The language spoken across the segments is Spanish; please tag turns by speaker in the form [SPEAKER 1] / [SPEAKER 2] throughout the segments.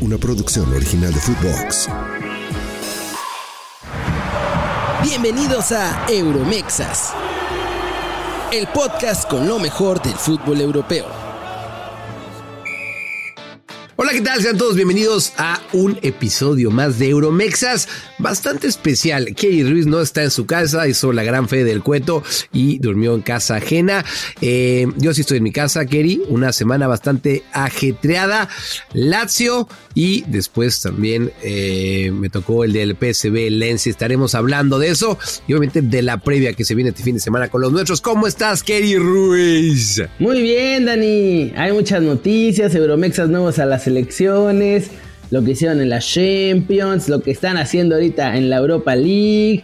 [SPEAKER 1] una producción original de Footbox.
[SPEAKER 2] Bienvenidos a Euromexas, el podcast con lo mejor del fútbol europeo.
[SPEAKER 3] Hola, ¿qué tal? Sean todos bienvenidos a un episodio más de Euromexas, bastante especial. Kelly Ruiz no está en su casa, hizo la gran fe del cueto y durmió en casa ajena. Eh, yo sí estoy en mi casa, Kelly, una semana bastante ajetreada, Lazio y después también eh, me tocó el del PSB Lens. Estaremos hablando de eso y obviamente de la previa que se viene este fin de semana con los nuestros. ¿Cómo estás, Kelly Ruiz?
[SPEAKER 4] Muy bien, Dani. Hay muchas noticias, Euromexas nuevos a las elecciones, lo que hicieron en la Champions, lo que están haciendo ahorita en la Europa League.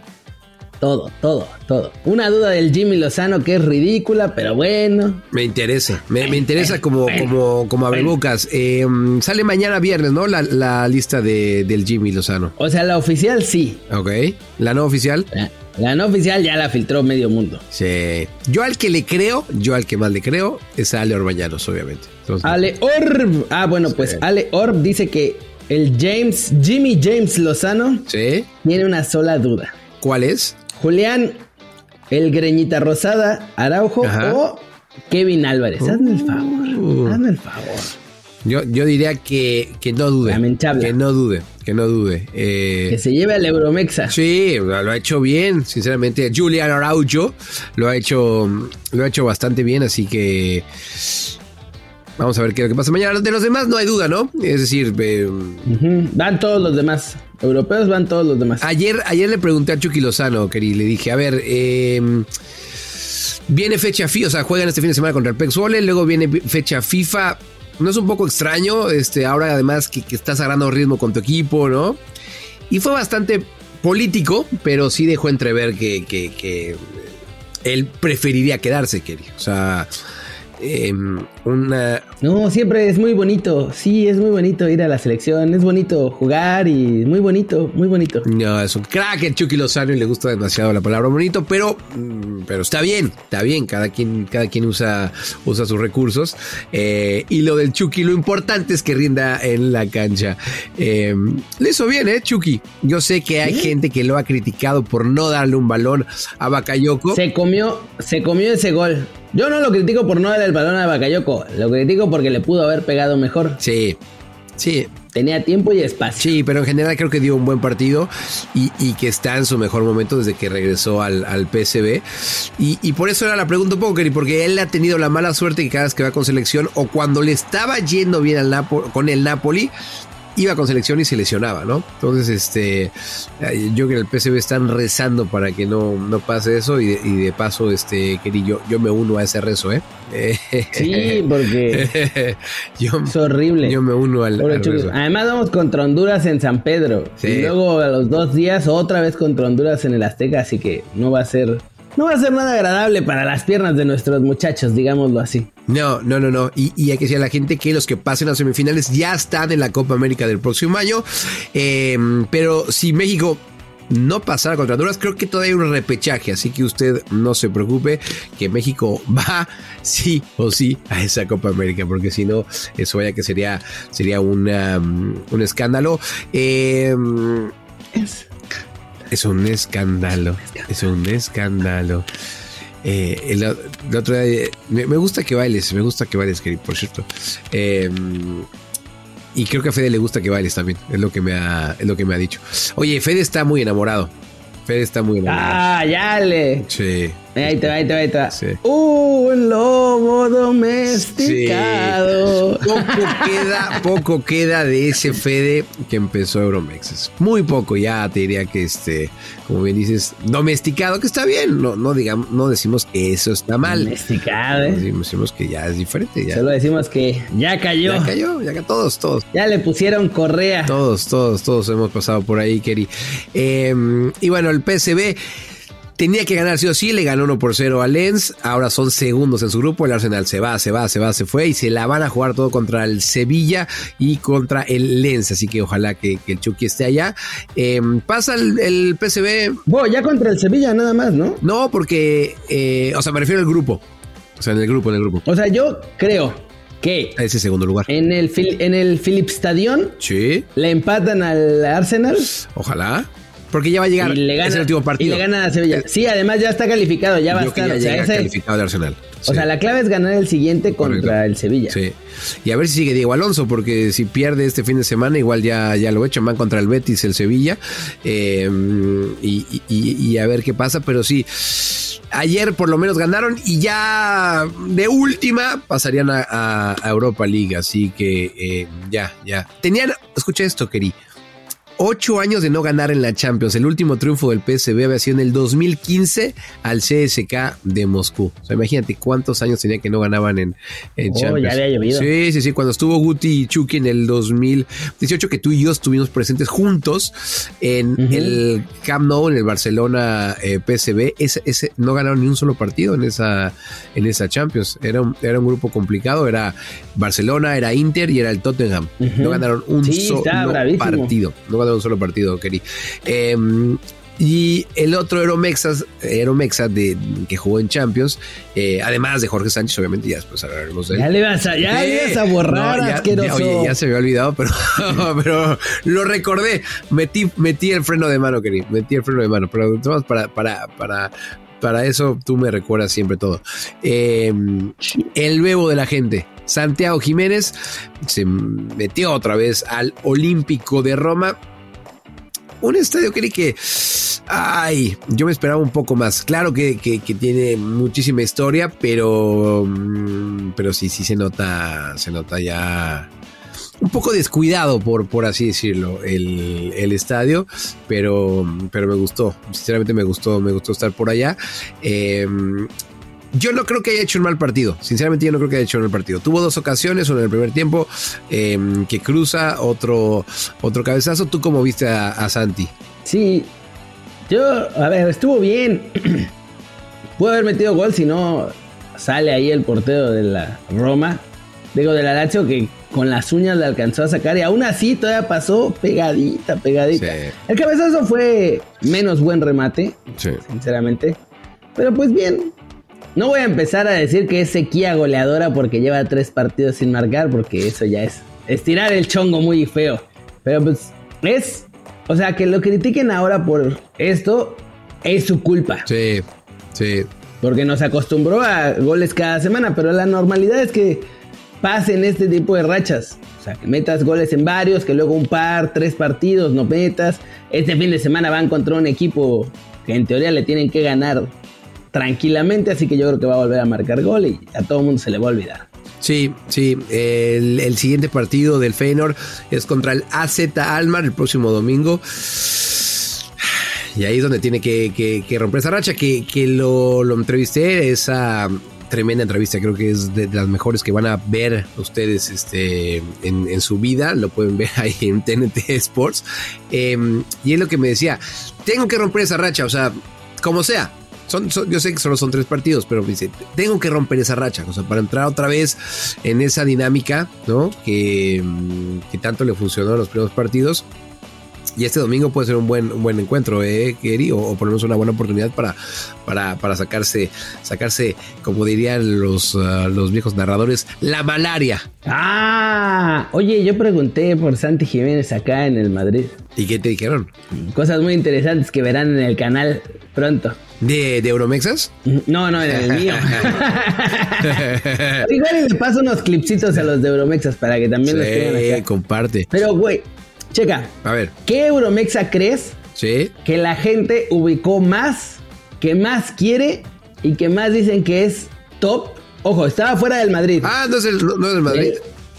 [SPEAKER 4] Todo, todo, todo. Una duda del Jimmy Lozano que es ridícula, pero bueno.
[SPEAKER 3] Me interesa, me, me interesa como, como, como abrebocas. Eh, sale mañana viernes, ¿no? La, la lista de, del Jimmy Lozano.
[SPEAKER 4] O sea, la oficial sí.
[SPEAKER 3] Ok. ¿La no oficial?
[SPEAKER 4] La, la no oficial ya la filtró medio mundo.
[SPEAKER 3] Sí. Yo al que le creo, yo al que más le creo, es a Ale Orbañanos, obviamente. Entonces,
[SPEAKER 4] Ale Orb. Ah, bueno, pues Ale Orb dice que el James, Jimmy James Lozano,
[SPEAKER 3] ¿Sí?
[SPEAKER 4] tiene una sola duda.
[SPEAKER 3] ¿Cuál es?
[SPEAKER 4] Julián, el Greñita Rosada, Araujo
[SPEAKER 3] Ajá. Uh.
[SPEAKER 4] o Kevin Álvarez. Hazme el favor. Hazme el favor.
[SPEAKER 3] Yo, yo diría que, que no dude.
[SPEAKER 4] La menchable.
[SPEAKER 3] Que no dude, que no dude. Eh,
[SPEAKER 4] Que se lleve al Euromexa.
[SPEAKER 3] Sí, lo lo ha hecho bien, sinceramente. Julian Araujo lo ha hecho, lo ha hecho bastante bien, así que vamos a ver qué es lo que pasa mañana. De los demás no hay duda, ¿no? Es decir, eh,
[SPEAKER 4] Ujú, Van todos los demás. Europeos van todos los demás.
[SPEAKER 3] ayer, ayer le pregunté a Chucky Lozano, querido, y le dije, a ver, eh, viene fecha FIFA, o sea, juegan este fin de semana contra el Pexuole, luego viene fecha FIFA. ¿No es un poco extraño? Este, ahora además que, que estás agarrando ritmo con tu equipo, ¿no? Y fue bastante político, pero sí dejó entrever que, que- que él preferiría quedarse, Kerry. O sea, eh, una...
[SPEAKER 4] No, siempre es muy bonito. Sí, es muy bonito ir a la selección. Es bonito jugar y muy bonito, muy bonito.
[SPEAKER 3] No, es un crack el Chucky Lozano y le gusta demasiado la palabra bonito, pero, mm, pero está bien, está bien, cada quien, cada quien usa, usa sus recursos. Eh, y lo del Chucky, lo importante es que rinda en la cancha. Eh, le hizo bien, ¿eh, Chucky? Yo sé que hay gente que lo ha criticado por no darle un balón a Bakayoko.
[SPEAKER 4] Se comió, se comió ese gol. Yo no lo critico por no darle el balón a Bakayoko. Lo critico porque le pudo haber pegado mejor.
[SPEAKER 3] Sí, sí,
[SPEAKER 4] Tenía tiempo y espacio.
[SPEAKER 3] Sí, pero en general creo que dio un buen partido y, y que está en su mejor momento desde que regresó al, al PSV. Y, y por eso era la pregunta un poco, Kerry, porque él ha tenido la mala suerte que cada vez que va con selección o cuando le estaba yendo bien al Napo- con el Napoli, iba con selección y se lesionaba, ¿no? Entonces, este, eh, yo creo que en el PSV están rezando para que no, no pase eso y de, y de paso, este, Kerry, yo, yo me uno a ese rezo, ¿eh?
[SPEAKER 4] Sí, porque
[SPEAKER 3] yo,
[SPEAKER 4] es horrible.
[SPEAKER 3] yo me uno al,
[SPEAKER 4] Pobre
[SPEAKER 3] al
[SPEAKER 4] Chucky.
[SPEAKER 3] rezo.
[SPEAKER 4] Además vamos contra Honduras en San Pedro.
[SPEAKER 3] Sí.
[SPEAKER 4] Y luego a los dos días otra vez contra Honduras en el Azteca, así que no va a ser, no va a ser nada agradable para las piernas de nuestros muchachos, digámoslo así.
[SPEAKER 3] No, no, no, no. Y, y hay que decir a la gente que los que pasen a semifinales ya están en la Copa América del próximo año. Eh, pero si México no pasara contra Honduras, creo que todavía hay un repechaje. Así que usted no se preocupe que México va sí o sí a esa Copa América. Porque si no, eso vaya que sería, sería una, mm, un escándalo. Eh, es un escándalo. Es un escándalo. Eh, el, el otro día, eh, me, me gusta que bailes, me gusta que bailes, Kerry, por cierto. Eh, y creo que a Fede le gusta que bailes también, es lo que me ha, es lo que me ha dicho. Oye, Fede está muy enamorado. Fede está muy enamorado.
[SPEAKER 4] Ah, ya le.
[SPEAKER 3] Sí.
[SPEAKER 4] Ahí te va, ahí te va, ahí te va.
[SPEAKER 3] Sí.
[SPEAKER 4] Un lobo
[SPEAKER 3] Sí.
[SPEAKER 4] domesticado.
[SPEAKER 3] Poco queda, poco queda de ese Fede que empezó Euromexes. Muy poco, ya te diría que este, como bien dices, domesticado, que está bien. No, no digamos, no decimos que eso está mal.
[SPEAKER 4] Domesticado, eh.
[SPEAKER 3] Decimos, decimos que ya es diferente. Ya,
[SPEAKER 4] Solo decimos que ya cayó.
[SPEAKER 3] ya cayó, ya ca- todos, todos.
[SPEAKER 4] Ya le pusieron correa.
[SPEAKER 3] Todos, todos, todos hemos pasado por ahí, Kerry. Eh, y bueno, el PSB tenía que ganar sí o sí, le ganó 1 por 0 a Lens, ahora son segundos en su grupo, el Arsenal se va, se va, se va, se fue y se la van a jugar todo contra el Sevilla y contra el Lens, así que ojalá que, que el Chucky esté allá. Eh, pasa el, el PSV,
[SPEAKER 4] Bo, ya contra el Sevilla nada más, ¿no?
[SPEAKER 3] no, porque, eh, o sea, me refiero al grupo, o sea, en el grupo, en el grupo.
[SPEAKER 4] O sea, yo creo que
[SPEAKER 3] a ese segundo lugar.
[SPEAKER 4] en el, Phil- en el Philips Stadion
[SPEAKER 3] Sí,
[SPEAKER 4] le empatan al Arsenal
[SPEAKER 3] ojalá. Porque ya va a llegar.
[SPEAKER 4] y le
[SPEAKER 3] es
[SPEAKER 4] gana,
[SPEAKER 3] el último
[SPEAKER 4] y
[SPEAKER 3] partido.
[SPEAKER 4] le gana a Sevilla.
[SPEAKER 3] Eh,
[SPEAKER 4] Sí, además ya está calificado, ya va a
[SPEAKER 3] yo que
[SPEAKER 4] estar. o sea,
[SPEAKER 3] ya llega
[SPEAKER 4] ese-
[SPEAKER 3] calificado de Arsenal.
[SPEAKER 4] o sea,
[SPEAKER 3] Sí,
[SPEAKER 4] la clave es ganar el siguiente
[SPEAKER 3] correcto.
[SPEAKER 4] contra el Sevilla.
[SPEAKER 3] Sí. Y a ver si sigue Diego Alonso, porque si pierde este fin de semana, igual ya, ya lo he hecho. Van contra el Betis, el Sevilla. Eh, y, y- y- y a ver qué pasa. Pero sí, ayer por lo menos ganaron y ya de última pasarían a, a- a Europa League. Así que eh, ya, ya. Tenían, escucha esto, Keri. Ocho años de no ganar en la Champions. El último triunfo del PSV había sido en el 2015 al CSK de Moscú. O sea, imagínate cuántos años tenía que no ganaban en, en
[SPEAKER 4] Oh, ya
[SPEAKER 3] Champions.
[SPEAKER 4] había llovido.
[SPEAKER 3] Sí, sí, sí. Cuando estuvo Guti y Chucky en el 2018, que tú y yo estuvimos presentes juntos en
[SPEAKER 4] Ujú.
[SPEAKER 3] el Camp Nou, en el Barcelona eh, PSV, ese, ese- no ganaron ni un solo partido en esa, en esa Champions. Era un, era un grupo complicado. Era Barcelona, era Inter y era el Tottenham.
[SPEAKER 4] Ujú.
[SPEAKER 3] No ganaron un
[SPEAKER 4] Sí,
[SPEAKER 3] solo
[SPEAKER 4] está bravísimo.
[SPEAKER 3] partido. No ganaron un solo partido, Keri. Eh, y el otro Aeromexas, Aeromexa de, que jugó en Champions, eh, además de Jorge Sánchez, obviamente, ya después hablaremos de él.
[SPEAKER 4] Ya le vas a, ya le vas a borrar,
[SPEAKER 3] No, ya-
[SPEAKER 4] asqueroso.
[SPEAKER 3] ya- oye, ya se me había olvidado, pero, pero lo recordé. Metí, metí el freno de mano, querido. Metí el freno de mano. Pero vamos, para, para, para, para eso tú me recuerdas siempre todo. Eh, el bebo de la gente. Santiago Jiménez se metió otra vez al Olímpico de Roma. Un estadio Kelly, que, ay, yo me esperaba un poco más. Claro que, que- que tiene muchísima historia, pero, mm, pero sí, sí se nota, se nota ya un poco descuidado, por, por así decirlo, el, el estadio, pero, pero me gustó, sinceramente me gustó, me gustó estar por allá. Eh, yo no creo que haya hecho un mal partido. Sinceramente, yo no creo que haya hecho un mal partido. Tuvo dos ocasiones, una en el primer tiempo eh, que cruza, otro, otro cabezazo. ¿Tú cómo viste a, a Santi?
[SPEAKER 4] Sí. Yo, a ver, estuvo bien. Pudo haber metido gol si no sale ahí el portero de la Roma. Digo, de la Lazio que con las uñas le alcanzó a sacar y aún así todavía pasó pegadita, pegadita. El cabezazo fue menos buen remate,
[SPEAKER 3] sí.
[SPEAKER 4] sinceramente. Pero pues bien. No voy a empezar a decir que es sequía goleadora porque lleva tres partidos sin marcar, porque eso ya es estirar el chongo muy feo. Pero pues es... O sea, que lo critiquen ahora por esto es su culpa.
[SPEAKER 3] Sí, sí.
[SPEAKER 4] Porque nos acostumbró a goles cada semana, pero la normalidad es que pasen este tipo de rachas. O sea, que metas goles en varios, que luego un par, tres partidos, no metas. Este fin de semana van contra un equipo que en teoría le tienen que ganar tranquilamente, así que yo creo que va a volver a marcar gol y a todo el mundo se le va a olvidar.
[SPEAKER 3] Sí, sí. El, el siguiente partido del Feyenoord es contra el AZ Almar el próximo domingo. Y ahí es donde tiene que, que- que romper esa racha. Que, que lo, lo entrevisté, esa tremenda entrevista, creo que es de las mejores que van a ver ustedes este, en, en su vida. Lo pueden ver ahí en TNT Sports. Eh, y es lo que me decía: tengo que romper esa racha, o sea, como sea. Son, son- yo sé que solo son tres partidos, pero me dice, tengo que romper esa racha, o sea, para entrar otra vez en esa dinámica, ¿no? Que, mm, que tanto le funcionó en los primeros partidos. Y este domingo puede ser un buen, un buen encuentro, ¿eh, Keri? O, o por lo menos una buena oportunidad para, para, para sacarse, sacarse, como dirían los, ah, los viejos narradores, la malaria.
[SPEAKER 4] Ah, oye, yo pregunté por Santi Jiménez acá en el Madrid.
[SPEAKER 3] ¿Y qué te dijeron?
[SPEAKER 4] Cosas muy interesantes que verán en el canal pronto.
[SPEAKER 3] ¿De, de Euromexas?
[SPEAKER 4] No, no, en el mío. Igual y le paso unos clipsitos a los de Euromexas para que también los tengan
[SPEAKER 3] Sí,
[SPEAKER 4] acá.
[SPEAKER 3] comparte.
[SPEAKER 4] Pero, güey, checa.
[SPEAKER 3] A ver,
[SPEAKER 4] ¿Qué Euromexa crees
[SPEAKER 3] ¿sí?
[SPEAKER 4] que la gente ubicó más, que más quiere y que más dicen que es top? Ojo, estaba fuera del Madrid.
[SPEAKER 3] Ah, no es el, no es el Madrid.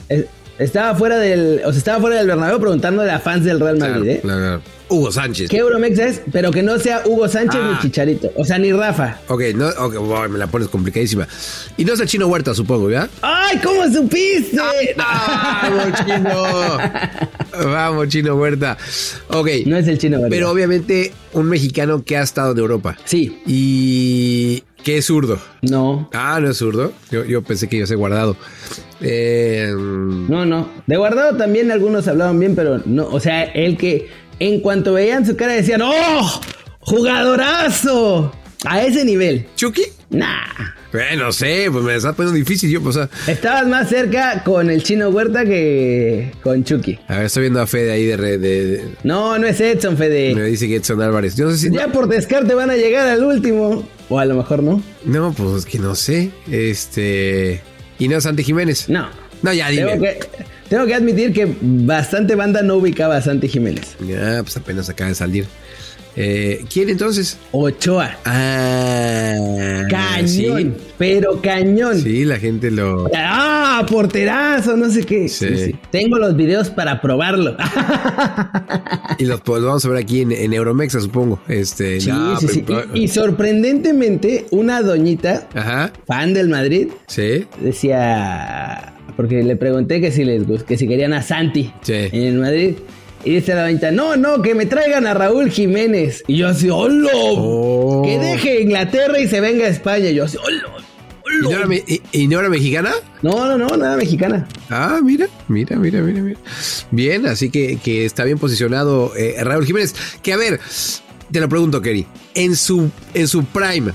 [SPEAKER 4] Eh, eh, Estaba fuera del. O sea, estaba fuera del Bernabéu preguntándole a fans del Real Madrid,
[SPEAKER 3] Claro,
[SPEAKER 4] ¿eh?
[SPEAKER 3] claro, claro. Hugo Sánchez.
[SPEAKER 4] ¿Qué Euromexa es? Pero que no sea Hugo Sánchez
[SPEAKER 3] Ah.
[SPEAKER 4] ni Chicharito. O sea, ni Rafa.
[SPEAKER 3] Ok, no, ok, wow, me la pones complicadísima. Y no es el chino Huerta, supongo, ¿verdad?
[SPEAKER 4] ¡Ay, cómo supiste!
[SPEAKER 3] Ah, ¡Vamos, chino! Vamos, chino Huerta. Ok,
[SPEAKER 4] No es el chino, ¿verdad?
[SPEAKER 3] pero obviamente un mexicano que ha estado en Europa
[SPEAKER 4] Sí,
[SPEAKER 3] y que es zurdo.
[SPEAKER 4] no.
[SPEAKER 3] Ah, no es zurdo. Yo, yo pensé que yo sé guardado. Eh,
[SPEAKER 4] No, no. De guardado también algunos hablaban bien, pero no. O sea, el que en cuanto veían su cara decían, ¡Oh! ¡Jugadorazo! A ese nivel.
[SPEAKER 3] ¿Chucky?
[SPEAKER 4] Nah.
[SPEAKER 3] Eh, no sé, pues me está poniendo difícil yo, pues, o sea,
[SPEAKER 4] Estabas más cerca con el chino Huerta que con Chucky.
[SPEAKER 3] a ver, estoy viendo a Fede ahí de, re- de- de-
[SPEAKER 4] No, no es Edson,
[SPEAKER 3] me
[SPEAKER 4] Fede.
[SPEAKER 3] dice que Edson Álvarez. Yo no sé si
[SPEAKER 4] Ya por descarte van a llegar al último. O a lo mejor no.
[SPEAKER 3] no, pues es que no sé. Este y no Santi Jiménez.
[SPEAKER 4] No.
[SPEAKER 3] No, ya dime.
[SPEAKER 4] Tengo que, tengo que admitir que bastante banda no ubicaba a Santi Jiménez.
[SPEAKER 3] Ah, pues apenas acaba de salir. Eh, ¿quién entonces?
[SPEAKER 4] Ochoa.
[SPEAKER 3] Ah,
[SPEAKER 4] Cañón. Pero cañón.
[SPEAKER 3] Sí, sí, la gente lo
[SPEAKER 4] Ah, porterazo, no sé qué.
[SPEAKER 3] Sí.
[SPEAKER 4] Tengo los videos para probarlo.
[SPEAKER 3] y los, pues, lo vamos a ver aquí en, en Euromexa, supongo. Este,
[SPEAKER 4] Sí,
[SPEAKER 3] no,
[SPEAKER 4] Ah, sí,
[SPEAKER 3] pero- Ah.
[SPEAKER 4] sí. Y, y sorprendentemente, una doñita,
[SPEAKER 3] Ajá.
[SPEAKER 4] fan del Madrid,
[SPEAKER 3] Sí.
[SPEAKER 4] decía, porque le pregunté que si les gust- que si querían a Santi
[SPEAKER 3] Sí.
[SPEAKER 4] en el Madrid. Y dice la doñita, no, no, que me traigan a Raúl Jiménez. Y yo así, ¡holo!
[SPEAKER 3] Oh.
[SPEAKER 4] Que deje Inglaterra y se venga a España. Y yo así, ¡holo!
[SPEAKER 3] ¿Y no era, me- y- y no era mexicana?
[SPEAKER 4] No, no, no, nada mexicana.
[SPEAKER 3] Ah, mira, mira, mira, mira, mira. Bien, así que, que está bien posicionado eh, Raúl Jiménez. Que a ver, te lo pregunto, Kerry. En su, en su prime,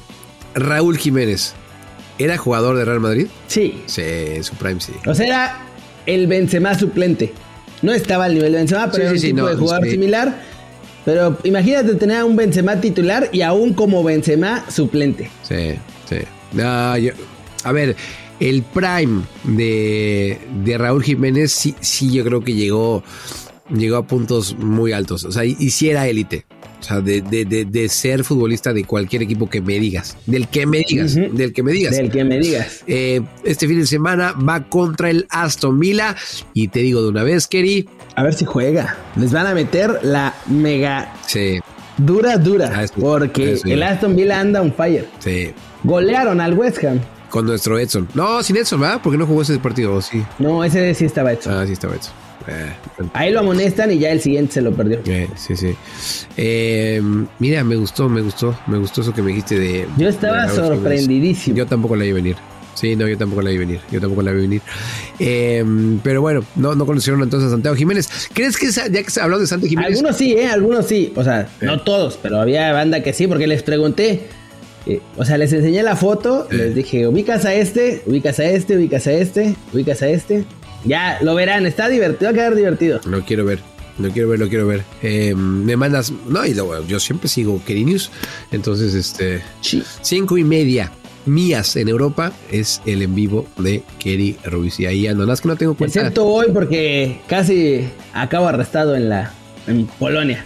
[SPEAKER 3] Raúl Jiménez, ¿era jugador de Real Madrid?
[SPEAKER 4] Sí.
[SPEAKER 3] Sí, en su prime sí.
[SPEAKER 4] O sea, era el Benzema suplente. No estaba al nivel de Benzema, pero
[SPEAKER 3] Sí,
[SPEAKER 4] era un
[SPEAKER 3] sí, sí,
[SPEAKER 4] tipo
[SPEAKER 3] no,
[SPEAKER 4] de jugador
[SPEAKER 3] sí.
[SPEAKER 4] similar. Pero imagínate tener a un Benzema titular y aún como Benzema suplente.
[SPEAKER 3] Sí, sí. No, yo- a ver, el prime de, de Raúl Jiménez sí, sí yo creo que llegó, llegó a puntos muy altos. O sea, y, y sí era élite. O sea, de, de- de- de ser futbolista de cualquier equipo que me digas. Del que me digas.
[SPEAKER 4] Ujú.
[SPEAKER 3] Del que me digas.
[SPEAKER 4] Del que me digas.
[SPEAKER 3] Eh, este fin de semana va contra el Aston Villa. Y te digo de una vez, Kerry.
[SPEAKER 4] A ver si juega. Les van a meter la mega
[SPEAKER 3] Sí,
[SPEAKER 4] dura dura.
[SPEAKER 3] Ah, eso-
[SPEAKER 4] porque
[SPEAKER 3] eso ya.
[SPEAKER 4] el Aston Villa anda on fire.
[SPEAKER 3] sí.
[SPEAKER 4] Golearon al West Ham.
[SPEAKER 3] Con nuestro Edson. No, sin Edson, ¿verdad? Porque no jugó ese partido. ¿o Sí.
[SPEAKER 4] No, ese sí estaba hecho.
[SPEAKER 3] Ah, sí, estaba Edson. Eh,
[SPEAKER 4] Ahí lo amonestan y ya el siguiente se lo perdió.
[SPEAKER 3] Eh, sí, sí. Eh, mira, me gustó, me gustó, me gustó eso que me dijiste de.
[SPEAKER 4] Yo estaba
[SPEAKER 3] de Raúl Jiménez.
[SPEAKER 4] sorprendidísimo.
[SPEAKER 3] Yo tampoco la vi venir. Sí, no, yo tampoco la vi venir. Yo tampoco la vi venir. Eh, pero bueno, no, no conocieron entonces a Santiago Jiménez. ¿Crees que esa- ya que se habló de Santiago Jiménez?
[SPEAKER 4] Algunos sí, ¿eh? Algunos sí. O sea, no todos, pero había banda que sí, porque les pregunté. eh, o sea, les enseñé la foto, les dije, ubicas a este, ubicas a este, ubicas a este, ubicas a este. Ya, lo verán, está divertido, va a quedar divertido.
[SPEAKER 3] Lo quiero ver. Lo quiero ver, lo quiero ver. Eh, me mandas. No, y luego, yo siempre sigo Keri News. Entonces, este.
[SPEAKER 4] Sí.
[SPEAKER 3] Cinco y media mías en Europa es el en vivo de Keri Ruiz. Y ahí ando. Nada más que no tengo cuenta.
[SPEAKER 4] Excepto hoy porque casi acabo arrestado en la en Polonia.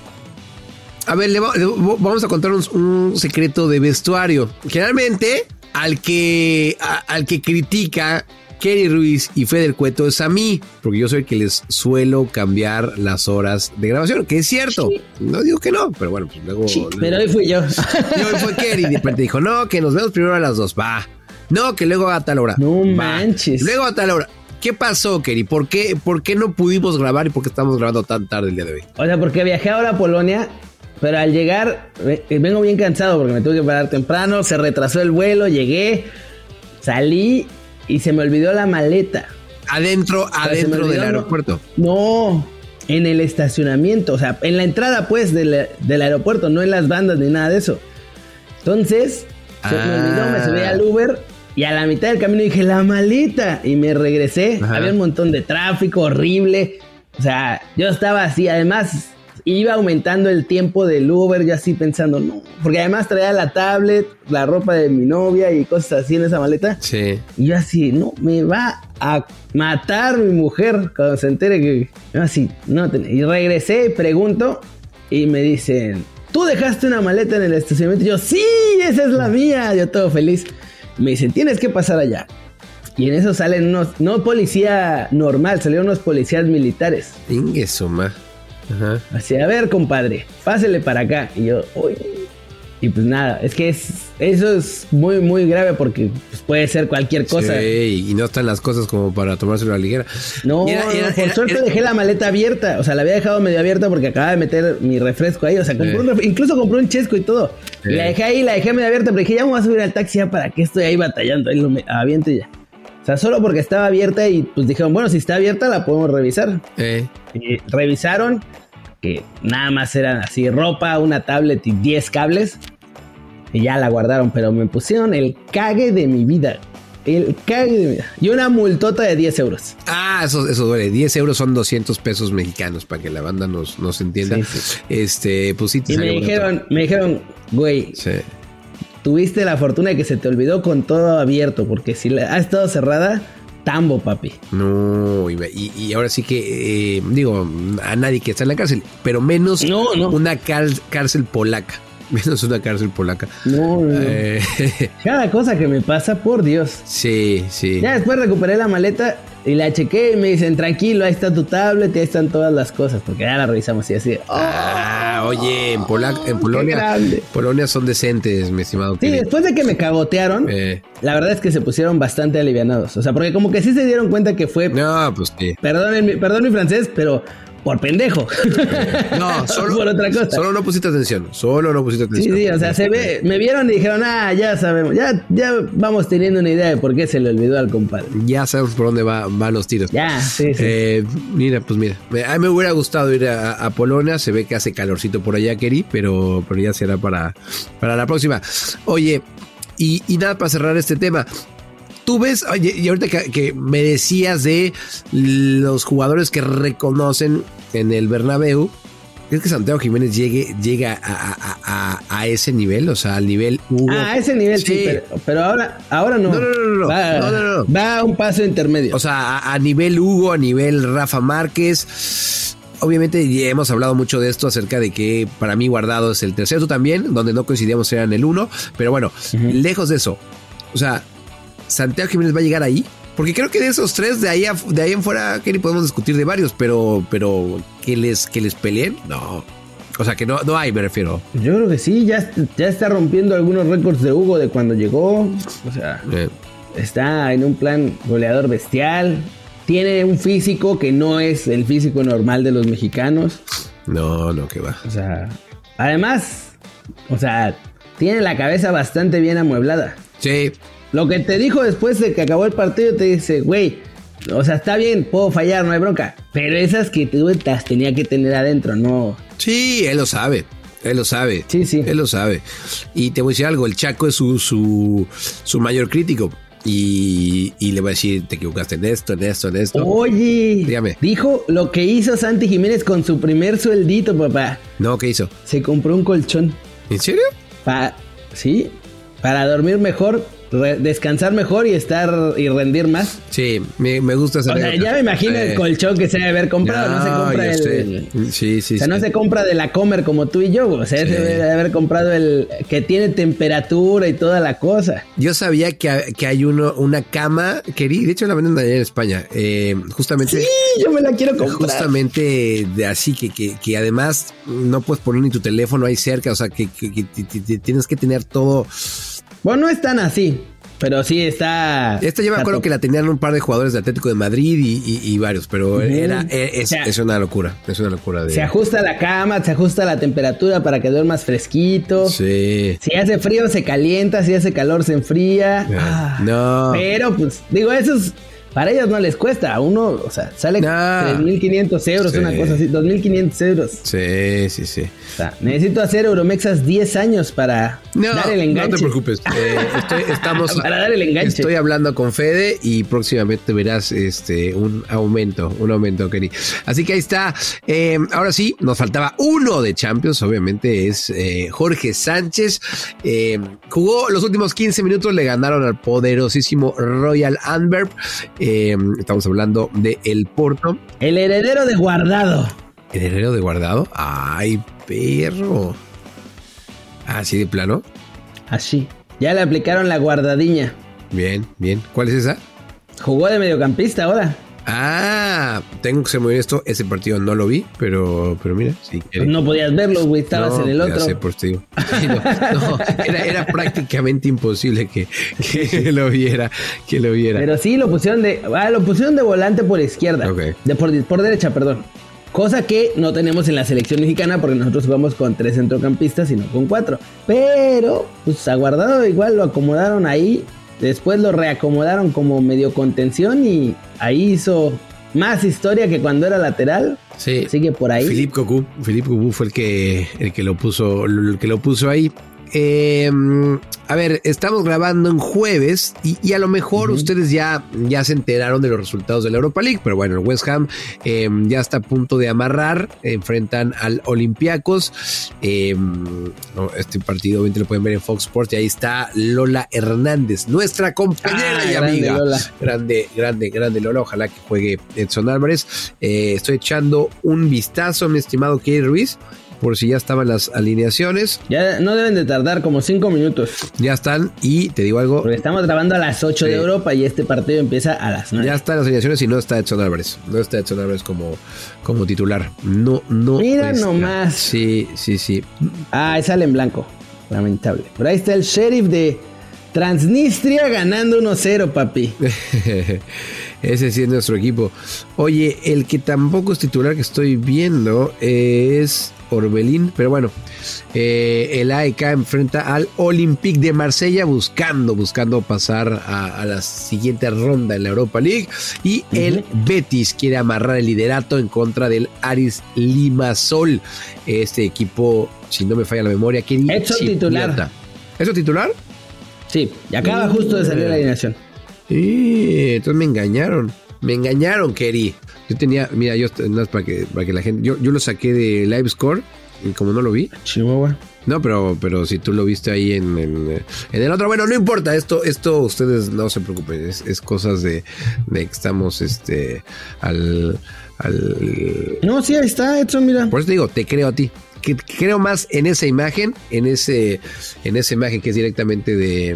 [SPEAKER 3] A ver, le va- le- vo- vamos a contar un, un secreto de vestuario. Generalmente, al que, a- al que critica Kerry Ruiz y Fede el Cueto es a mí, porque yo soy el que les suelo cambiar las horas de grabación, que es cierto. No digo que no, pero bueno, pues luego. luego-
[SPEAKER 4] Pero hoy fui yo.
[SPEAKER 3] Y hoy fue Kerry, de repente dijo, no, que nos vemos primero a las dos, va. No, que luego a tal hora.
[SPEAKER 4] No
[SPEAKER 3] va.
[SPEAKER 4] manches.
[SPEAKER 3] Luego a tal hora. ¿Qué pasó, Kerry? ¿Por qué, ¿Por qué no pudimos grabar y por qué estamos grabando tan tarde el día de hoy?
[SPEAKER 4] O sea, porque viajé ahora a Polonia, pero al llegar ve- vengo bien cansado porque me tuve que parar temprano, se retrasó el vuelo, llegué, salí y se me olvidó la maleta.
[SPEAKER 3] Adentro,
[SPEAKER 4] sea, se me
[SPEAKER 3] adentro del
[SPEAKER 4] olvidó, ¿no?
[SPEAKER 3] aeropuerto.
[SPEAKER 4] No, en el estacionamiento, o sea, en la entrada pues del, del aeropuerto, no en las bandas ni nada de eso. Entonces, se me olvidó, me subí
[SPEAKER 3] Ah.
[SPEAKER 4] al Uber y a la mitad del camino dije, la maleta. Y me regresé,
[SPEAKER 3] Ajá.
[SPEAKER 4] había un montón de tráfico horrible. O sea, yo estaba así, además iba aumentando el tiempo del Uber, yo así pensando, no, porque además traía la tablet, la ropa de mi novia y cosas así en esa maleta.
[SPEAKER 3] Sí.
[SPEAKER 4] Y yo así, no, me va a matar mi mujer cuando se entere que... Yo así, no, ten- y regresé y pregunto y me dicen, ¿tú dejaste una maleta en el estacionamiento? Y yo, sí, esa es la mía, yo todo feliz. Me dicen, tienes que pasar allá. Y en eso salen unos, no policía normal, salieron unos policías militares.
[SPEAKER 3] Ingue suma. Ajá.
[SPEAKER 4] Así, a ver, compadre, pásele para acá. Y yo, uy. Y pues nada, es que es, eso es muy, muy grave porque pues, puede ser cualquier cosa.
[SPEAKER 3] Sí, y no están las cosas como para tomárselo a la ligera.
[SPEAKER 4] No,
[SPEAKER 3] Era- era-
[SPEAKER 4] no, por
[SPEAKER 3] era-
[SPEAKER 4] suerte
[SPEAKER 3] era-
[SPEAKER 4] dejé la maleta abierta. O sea, la había dejado medio abierta porque acababa de meter mi refresco ahí. O sea, compré
[SPEAKER 3] Sí.
[SPEAKER 4] un refre- incluso compré un chesco y todo.
[SPEAKER 3] Sí.
[SPEAKER 4] Y la dejé ahí, la dejé medio abierta, pero dije, ya me voy a subir al taxi ya para que estoy ahí batallando. Ahí lo me- aviento y ya. O sea, solo porque estaba abierta y pues dijeron, bueno, si está abierta la podemos revisar.
[SPEAKER 3] Eh,
[SPEAKER 4] Y revisaron que nada más eran así ropa, una tablet y 10 cables. Y ya la guardaron, pero me pusieron el cague de mi vida. El cague de mi vida. Y una multota de 10 euros.
[SPEAKER 3] Ah, eso, eso duele. 10 euros son 200 pesos mexicanos, para que la banda nos, nos entienda.
[SPEAKER 4] Sí, sí.
[SPEAKER 3] Este, pues sí, te
[SPEAKER 4] Y me
[SPEAKER 3] salió barato.
[SPEAKER 4] dijeron, me dijeron, güey,
[SPEAKER 3] Sí.
[SPEAKER 4] tuviste la fortuna de que se te olvidó con todo abierto, porque si la ha estado cerrada, tambo, papi.
[SPEAKER 3] No, y, y- y ahora sí que, eh, digo, a nadie que está en la cárcel, pero menos
[SPEAKER 4] No, no.
[SPEAKER 3] una cal- cárcel polaca. Menos una cárcel polaca.
[SPEAKER 4] No, no, no.
[SPEAKER 3] Eh,
[SPEAKER 4] Cada cosa que me pasa, por Dios.
[SPEAKER 3] sí, sí.
[SPEAKER 4] Ya después recuperé la maleta y la chequé y me dicen, tranquilo, ahí está tu tablet y ahí están todas las cosas, porque ya la revisamos y así. oh,
[SPEAKER 3] Ah, oye, en, Polac- en Polonia,
[SPEAKER 4] grande.
[SPEAKER 3] Polonia son decentes, mi estimado.
[SPEAKER 4] Sí,
[SPEAKER 3] querido.
[SPEAKER 4] después de que me cagotearon,
[SPEAKER 3] Eh,
[SPEAKER 4] la verdad es que se pusieron bastante alivianados. O sea, porque como que sí se dieron cuenta que fue.
[SPEAKER 3] no, pues sí.
[SPEAKER 4] Perdón, mi, perdón mi francés, pero por pendejo.
[SPEAKER 3] Eh, No, solo,
[SPEAKER 4] por otra cosa.
[SPEAKER 3] solo no pusiste atención. Solo no pusiste
[SPEAKER 4] Sí,
[SPEAKER 3] atención.
[SPEAKER 4] sí, o sea, se ve, me vieron y dijeron, ah, ya sabemos, ya, ya vamos teniendo una idea de por qué se le olvidó al compadre.
[SPEAKER 3] Ya sabemos por dónde va- van los tiros.
[SPEAKER 4] Ya, sí, sí.
[SPEAKER 3] Eh, mira, pues mira, me- a mí me hubiera gustado ir a, a Polonia, se ve que hace calorcito por allá, Keri, pero, pero ya será para, para la próxima. Oye, y, y nada, para cerrar este tema, tú ves, oye, y ahorita que, que me decías de los jugadores que reconocen en el Bernabéu, ¿crees que Santiago Jiménez llegue, llega a, a- a- a ese nivel? O sea, al nivel Hugo.
[SPEAKER 4] ah, a ese nivel sí,
[SPEAKER 3] Sí.
[SPEAKER 4] pero, pero ahora, ahora no.
[SPEAKER 3] No, no, no, no, no.
[SPEAKER 4] Va,
[SPEAKER 3] No, no, no.
[SPEAKER 4] va a un paso intermedio.
[SPEAKER 3] O sea, a, a nivel Hugo, a nivel Rafa Márquez. Obviamente ya hemos hablado mucho de esto acerca de que para mí Guardado es el tercero tú también, donde no coincidíamos era en el uno, pero bueno, lejos de eso. O sea, Santiago Jiménez va a llegar ahí, porque creo que de esos tres de ahí, af- de ahí en fuera, Kenny, podemos discutir de varios, pero, pero que les, que les peleen, no. O sea, que no, no hay, me refiero.
[SPEAKER 4] Yo creo que sí, ya, ya está rompiendo algunos récords de Hugo de cuando llegó. O sea,
[SPEAKER 3] Eh,
[SPEAKER 4] está en un plan goleador bestial. Tiene un físico que no es el físico normal de los mexicanos.
[SPEAKER 3] no, no, que va.
[SPEAKER 4] O sea, además, o sea, tiene la cabeza bastante bien amueblada.
[SPEAKER 3] Sí,
[SPEAKER 4] Lo que te dijo después de que acabó el partido, te dice, güey, o sea, está bien, puedo fallar, no hay bronca. Pero esas que tuve las tenía que tener adentro, no.
[SPEAKER 3] Sí, él lo sabe. Él lo sabe.
[SPEAKER 4] Sí, sí.
[SPEAKER 3] Él lo sabe. Y te voy a decir algo, el Chaco es su, su, su mayor crítico. Y, y le va a decir, te equivocaste en esto, en esto, en esto.
[SPEAKER 4] Oye,
[SPEAKER 3] Dígame.
[SPEAKER 4] dijo lo que hizo Santi Jiménez con su primer sueldito, papá.
[SPEAKER 3] No, ¿qué hizo?
[SPEAKER 4] Se compró un colchón
[SPEAKER 3] ¿En serio?
[SPEAKER 4] para, ¿sí? Para dormir mejor, re- descansar mejor y estar y rendir más.
[SPEAKER 3] Sí, me, me gusta esa
[SPEAKER 4] O sea,
[SPEAKER 3] anécdota.
[SPEAKER 4] ya me imagino el
[SPEAKER 3] Eh,
[SPEAKER 4] colchón que se debe haber comprado, no, se compra
[SPEAKER 3] ya
[SPEAKER 4] el...
[SPEAKER 3] sé. Sí, sí,
[SPEAKER 4] O sea, no
[SPEAKER 3] sí.
[SPEAKER 4] se compra de la comer como tú y yo, güey. O sea,
[SPEAKER 3] Sí.
[SPEAKER 4] se debe de haber comprado el que tiene temperatura y toda la cosa.
[SPEAKER 3] Yo sabía que, que hay uno, una cama, querida, de hecho la venden allá en España, eh, justamente...
[SPEAKER 4] Y yo me la quiero comprar.
[SPEAKER 3] Justamente de así que, que, que además no puedes poner ni tu teléfono ahí cerca, o sea que, que- que ti- ti- ti- tienes que tener todo.
[SPEAKER 4] Bueno, no es tan así, pero sí está.
[SPEAKER 3] Esta yo me
[SPEAKER 4] está
[SPEAKER 3] acuerdo
[SPEAKER 4] top.
[SPEAKER 3] que la tenían un par de jugadores de Atlético de Madrid y, y- y varios, pero era eh, es,
[SPEAKER 4] O sea,
[SPEAKER 3] es una locura, es una locura de.
[SPEAKER 4] Se ajusta la cama, se ajusta la temperatura para que duermas fresquito.
[SPEAKER 3] sí.
[SPEAKER 4] Si hace frío, se calienta. Si hace calor, se enfría.
[SPEAKER 3] Ah,
[SPEAKER 4] Ah,
[SPEAKER 3] no.
[SPEAKER 4] Pero, pues, digo, eso es. Para ellos no les cuesta. A uno, o sea, sale
[SPEAKER 3] No.
[SPEAKER 4] 3.500 euros,
[SPEAKER 3] Sí.
[SPEAKER 4] una cosa así. 2.500 euros.
[SPEAKER 3] Sí, sí, sí.
[SPEAKER 4] O sea, necesito hacer Euromexas 10 años para
[SPEAKER 3] No,
[SPEAKER 4] dar el
[SPEAKER 3] no
[SPEAKER 4] enganche.
[SPEAKER 3] te preocupes. eh, estoy- estamos,
[SPEAKER 4] Para dar el enganche.
[SPEAKER 3] Estoy hablando con Fede y próximamente verás este un aumento, un aumento, Kenny. Así que ahí está. Eh, ahora sí, nos faltaba uno de Champions, obviamente es eh, Jorge Sánchez. Eh, jugó los últimos 15 minutos, le ganaron al poderosísimo Royal Antwerp. Eh, estamos hablando de El Porto.
[SPEAKER 4] El heredero de guardado.
[SPEAKER 3] ¿El herrero de guardado? ¡Ay, perro! Así de plano.
[SPEAKER 4] Así. Ya le aplicaron la guardadiña.
[SPEAKER 3] Bien, bien. ¿Cuál es esa?
[SPEAKER 4] Jugó de mediocampista ahora.
[SPEAKER 3] Ah, tengo que ser muy honesto, ese partido no lo vi, pero, pero mira, si quieres.
[SPEAKER 4] No podías verlo, güey. Estabas
[SPEAKER 3] No,
[SPEAKER 4] en el
[SPEAKER 3] ya
[SPEAKER 4] otro.
[SPEAKER 3] sé, por ti digo. Sí, no, no, era, era prácticamente imposible que, que lo viera, que lo viera.
[SPEAKER 4] Pero sí, lo pusieron de. ah, lo pusieron de volante por izquierda.
[SPEAKER 3] Ok.
[SPEAKER 4] De por, por derecha, perdón. Cosa que no tenemos en la selección mexicana porque nosotros jugamos con tres centrocampistas y no con cuatro. Pero, pues aguardado igual lo acomodaron ahí. Después lo reacomodaron como medio contención y ahí hizo más historia que cuando era lateral.
[SPEAKER 3] sí,
[SPEAKER 4] Así que por ahí.
[SPEAKER 3] Philippe Cocu, Philippe Cocu fue el que, el que lo puso, el que lo puso ahí. eh, a ver, estamos grabando en jueves y, y a lo mejor uh -huh. ustedes ya, ya se enteraron de los resultados de la Europa League, pero bueno, el West Ham eh, ya está a punto de amarrar, enfrentan al Olympiacos. Eh, no, este partido obviamente lo pueden ver en Fox Sports y ahí está Lola Hernández, nuestra compañera ah, y grande amiga. Lola. Grande, grande, grande Lola, ojalá que juegue Edson Álvarez. Eh, estoy echando un vistazo, mi estimado Key Ruiz por si ya estaban las alineaciones.
[SPEAKER 4] Ya no deben de tardar como 5 minutos.
[SPEAKER 3] Ya están y te digo algo.
[SPEAKER 4] Porque estamos grabando a las 8 sí. de Europa y este partido empieza a las 9.
[SPEAKER 3] Ya están las alineaciones y no está Edson Álvarez. No está Edson Álvarez como, como titular. No, no.
[SPEAKER 4] Mira nomás.
[SPEAKER 3] Sí, sí, sí.
[SPEAKER 4] Ah, sale en blanco. Lamentable. Por ahí está el sheriff de Transnistria ganando 1-0, papi.
[SPEAKER 3] Ese sí es nuestro equipo. Oye, el que tampoco es titular que estoy viendo es Orbelín, pero bueno, eh, el AEK enfrenta al Olympique de Marsella buscando, buscando pasar a, a la siguiente ronda en la Europa League y uh -huh. el Betis quiere amarrar el liderato en contra del Aris Limasol. Este equipo, si no me falla la memoria, que
[SPEAKER 4] ¿Eso titular?
[SPEAKER 3] ¿Eso titular?
[SPEAKER 4] Sí, y acaba uh, justo de salir la alineación.
[SPEAKER 3] Eh, entonces me engañaron. Me engañaron, Kerry. Yo tenía, mira, yo para que, para que la gente, yo, yo lo saqué de Live Score y como no lo vi.
[SPEAKER 4] Chihuahua.
[SPEAKER 3] No, pero, pero si tú lo viste ahí en, en, en el otro, bueno, no importa, esto, esto ustedes no se preocupen, es, es cosas de, de, que estamos este al, al
[SPEAKER 4] No, sí, ahí está, Edson, mira.
[SPEAKER 3] Por eso te digo, te creo a ti. Que creo más en esa imagen, en ese, en esa imagen que es directamente de,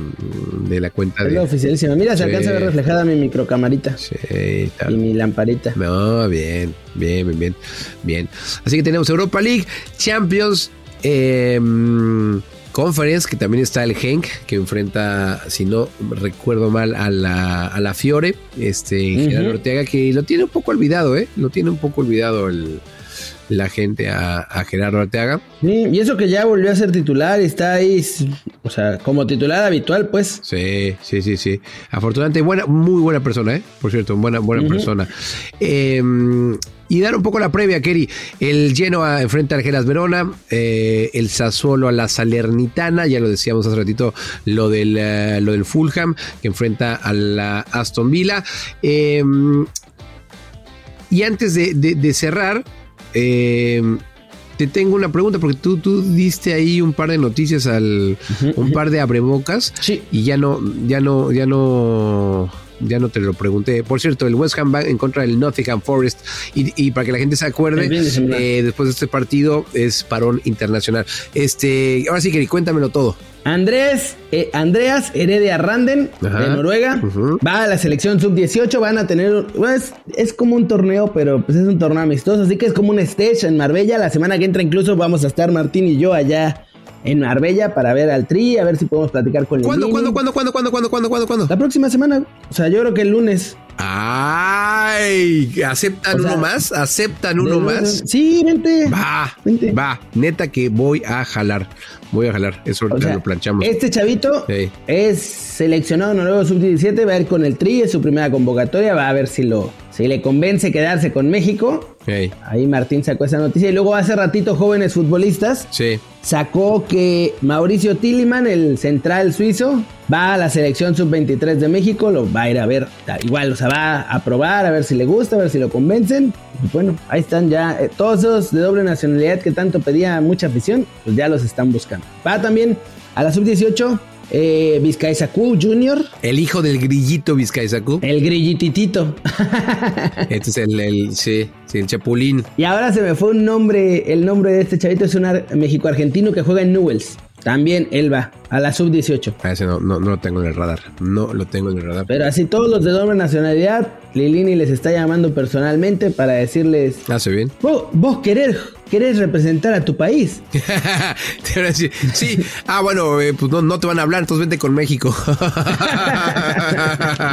[SPEAKER 3] de la cuenta
[SPEAKER 4] es
[SPEAKER 3] de.
[SPEAKER 4] oficialísima. Mira, sí. se alcanza a ver reflejada mi microcamarita.
[SPEAKER 3] Sí,
[SPEAKER 4] tal. Y mi lamparita.
[SPEAKER 3] No, bien, bien, bien, bien, bien. Así que tenemos Europa League, Champions, eh, Conference, que también está el Genk, que enfrenta, si no recuerdo mal, a la, a la Fiore, este uh -huh. Gerardo Ortega, que lo tiene un poco olvidado, ¿eh? Lo tiene un poco olvidado el la gente a, a, Gerardo Arteaga.
[SPEAKER 4] Sí, y eso que ya volvió a ser titular y está ahí, o sea, como titular habitual, pues.
[SPEAKER 3] Sí, sí, sí, sí. Afortunadamente, buena, muy buena persona, ¿eh? Por cierto, buena, buena uh -huh. persona. Eh, y dar un poco la previa, Kerry. El Genoa enfrenta al Gelas Verona, eh, el Sassuolo a la Salernitana, ya lo decíamos hace ratito, lo del, uh, lo del Fulham, que enfrenta a la Aston Villa. Eh, y antes de, de, de cerrar, eh, te tengo una pregunta, porque tú, tú diste ahí un par de noticias al. Uh -huh, un par de abrebocas.
[SPEAKER 4] Sí.
[SPEAKER 3] Y ya no, ya no, ya no. Ya no te lo pregunté. Por cierto, el West Ham va en contra del Nottingham Forest. Y, y para que la gente se acuerde, eh, después de este partido es parón internacional. Este, ahora sí, que cuéntamelo todo.
[SPEAKER 4] Andrés, eh, Andreas Heredia Randen Ajá, de Noruega uh -huh. va a la selección sub-18. Van a tener, bueno, es, es, como un torneo, pero pues es un torneo amistoso, así que es como un stage en Marbella. La semana que entra incluso vamos a estar Martín y yo allá en Marbella para ver al Tri, a ver si podemos platicar con
[SPEAKER 3] ¿Cuándo, ¿Cuándo, cuándo, cuándo, cuándo, cuándo, cuándo, cuándo, cuándo?
[SPEAKER 4] La próxima semana, o sea, yo creo que el lunes.
[SPEAKER 3] Ay, aceptan o sea, uno más, aceptan uno de, más.
[SPEAKER 4] Sí, vente.
[SPEAKER 3] Va, vente. va, neta que voy a jalar, voy a jalar, eso ahorita sea, lo planchamos.
[SPEAKER 4] Este chavito sí. es seleccionado noruego sub-17, va a ir con el Tri, es su primera convocatoria, va a ver si lo, si le convence quedarse con México.
[SPEAKER 3] Sí.
[SPEAKER 4] Ahí Martín sacó esa noticia y luego hace ratito jóvenes futbolistas.
[SPEAKER 3] Sí.
[SPEAKER 4] Sacó que Mauricio Tilliman, el central suizo, va a la selección sub-23 de México, lo va a ir a ver, igual, o sea, va a probar, a ver si le gusta, a ver si lo convencen. Y bueno, ahí están ya eh, todos esos de doble nacionalidad que tanto pedía mucha afición, pues ya los están buscando. Va también a la sub-18. Eh, Vizcaizacú Jr.
[SPEAKER 3] El hijo del grillito Vizcaizacú.
[SPEAKER 4] El grillititito.
[SPEAKER 3] este es el, el, sí, el chapulín.
[SPEAKER 4] Y ahora se me fue un nombre, el nombre de este chavito es un México-argentino que juega en Newells. También él va a la sub-18.
[SPEAKER 3] Ah, ese no, no, no, lo tengo en el radar. No lo tengo en el radar.
[SPEAKER 4] Pero así todos los de doble nacionalidad, Lilini les está llamando personalmente para decirles...
[SPEAKER 3] Hace bien.
[SPEAKER 4] Vos, vos querés, querés representar a tu país.
[SPEAKER 3] sí, sí. Ah, bueno, eh, pues no, no, te van a hablar, entonces vente con México.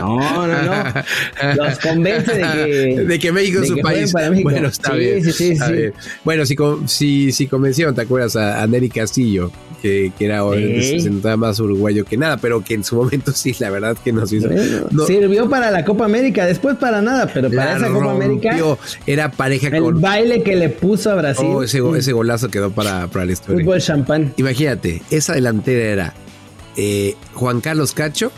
[SPEAKER 4] no, no, no. Los convence de que...
[SPEAKER 3] De que México es su país. Bueno, está sí, bien. Sí, está bien. Bueno, si, si, si convencieron, ¿te acuerdas a, a Neri Castillo? Que, que era...
[SPEAKER 4] Sí,
[SPEAKER 3] representaba más uruguayo que nada, pero que en su momento sí, la verdad que nos hizo.
[SPEAKER 4] Bueno,
[SPEAKER 3] no,
[SPEAKER 4] Sirvió para la Copa América, después para nada, pero para
[SPEAKER 3] la
[SPEAKER 4] esa Copa América,
[SPEAKER 3] rompió. Era pareja
[SPEAKER 4] el
[SPEAKER 3] con.
[SPEAKER 4] baile que le puso a Brasil.
[SPEAKER 3] Oh, ese, go- ese golazo quedó para, para la historia.
[SPEAKER 4] Fútbol champán.
[SPEAKER 3] Imagínate, esa delantera era eh, Juan Carlos Cacho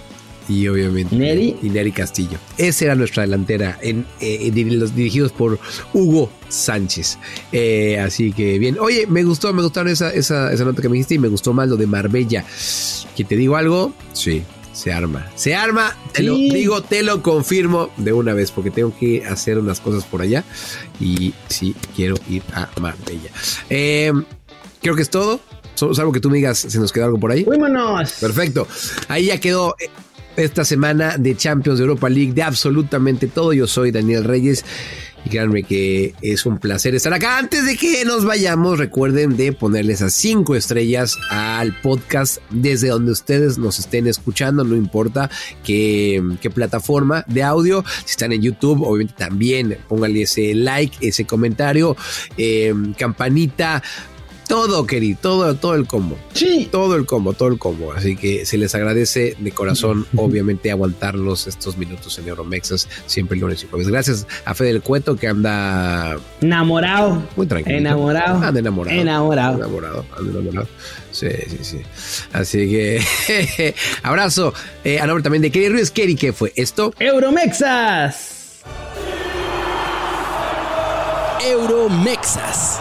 [SPEAKER 3] y obviamente
[SPEAKER 4] Neri.
[SPEAKER 3] y Neri Castillo. Esa era nuestra delantera, en, eh, dir- los dirigidos por Hugo Sánchez. Eh, así que bien. Oye, me gustó, me gustaron esa, esa, esa nota que me dijiste y me gustó más lo de Marbella. Que te digo algo, sí. Se arma, se arma, te lo
[SPEAKER 4] Sí.
[SPEAKER 3] digo, te lo confirmo de una vez, porque tengo que hacer unas cosas por allá y sí quiero ir a Marbella. Eh, creo que es todo. So- Salvo que tú me digas, se nos queda algo por ahí.
[SPEAKER 4] ¡Fuímonos!
[SPEAKER 3] Perfecto. Ahí ya quedó eh, esta semana de Champions de Europa League, de absolutamente todo. Yo soy Daniel Reyes. Y créanme que es un placer estar acá. Antes de que nos vayamos, recuerden de ponerles a cinco estrellas al podcast desde donde ustedes nos estén escuchando, no importa qué, qué plataforma de audio. Si están en YouTube, obviamente también pónganle ese like, ese comentario, eh, campanita, todo, querido, todo, todo el combo
[SPEAKER 4] Sí.
[SPEAKER 3] todo el combo, todo el combo. Así que se les agradece de corazón, obviamente, aguantarnos estos minutos en Euromexas, siempre lunes y jueves. Gracias a Fede del Cueto, que anda
[SPEAKER 4] Enamorado.
[SPEAKER 3] muy tranquilo.
[SPEAKER 4] Enamorado.
[SPEAKER 3] Anda enamorado.
[SPEAKER 4] Enamorado.
[SPEAKER 3] Enamorado, anda enamorado. Sí, sí, sí. Así que, abrazo. Eh, a nombre también de Kerry Ruiz. Kerry, ¿qué fue esto?
[SPEAKER 4] ¡Euromexas!
[SPEAKER 2] Euromexas.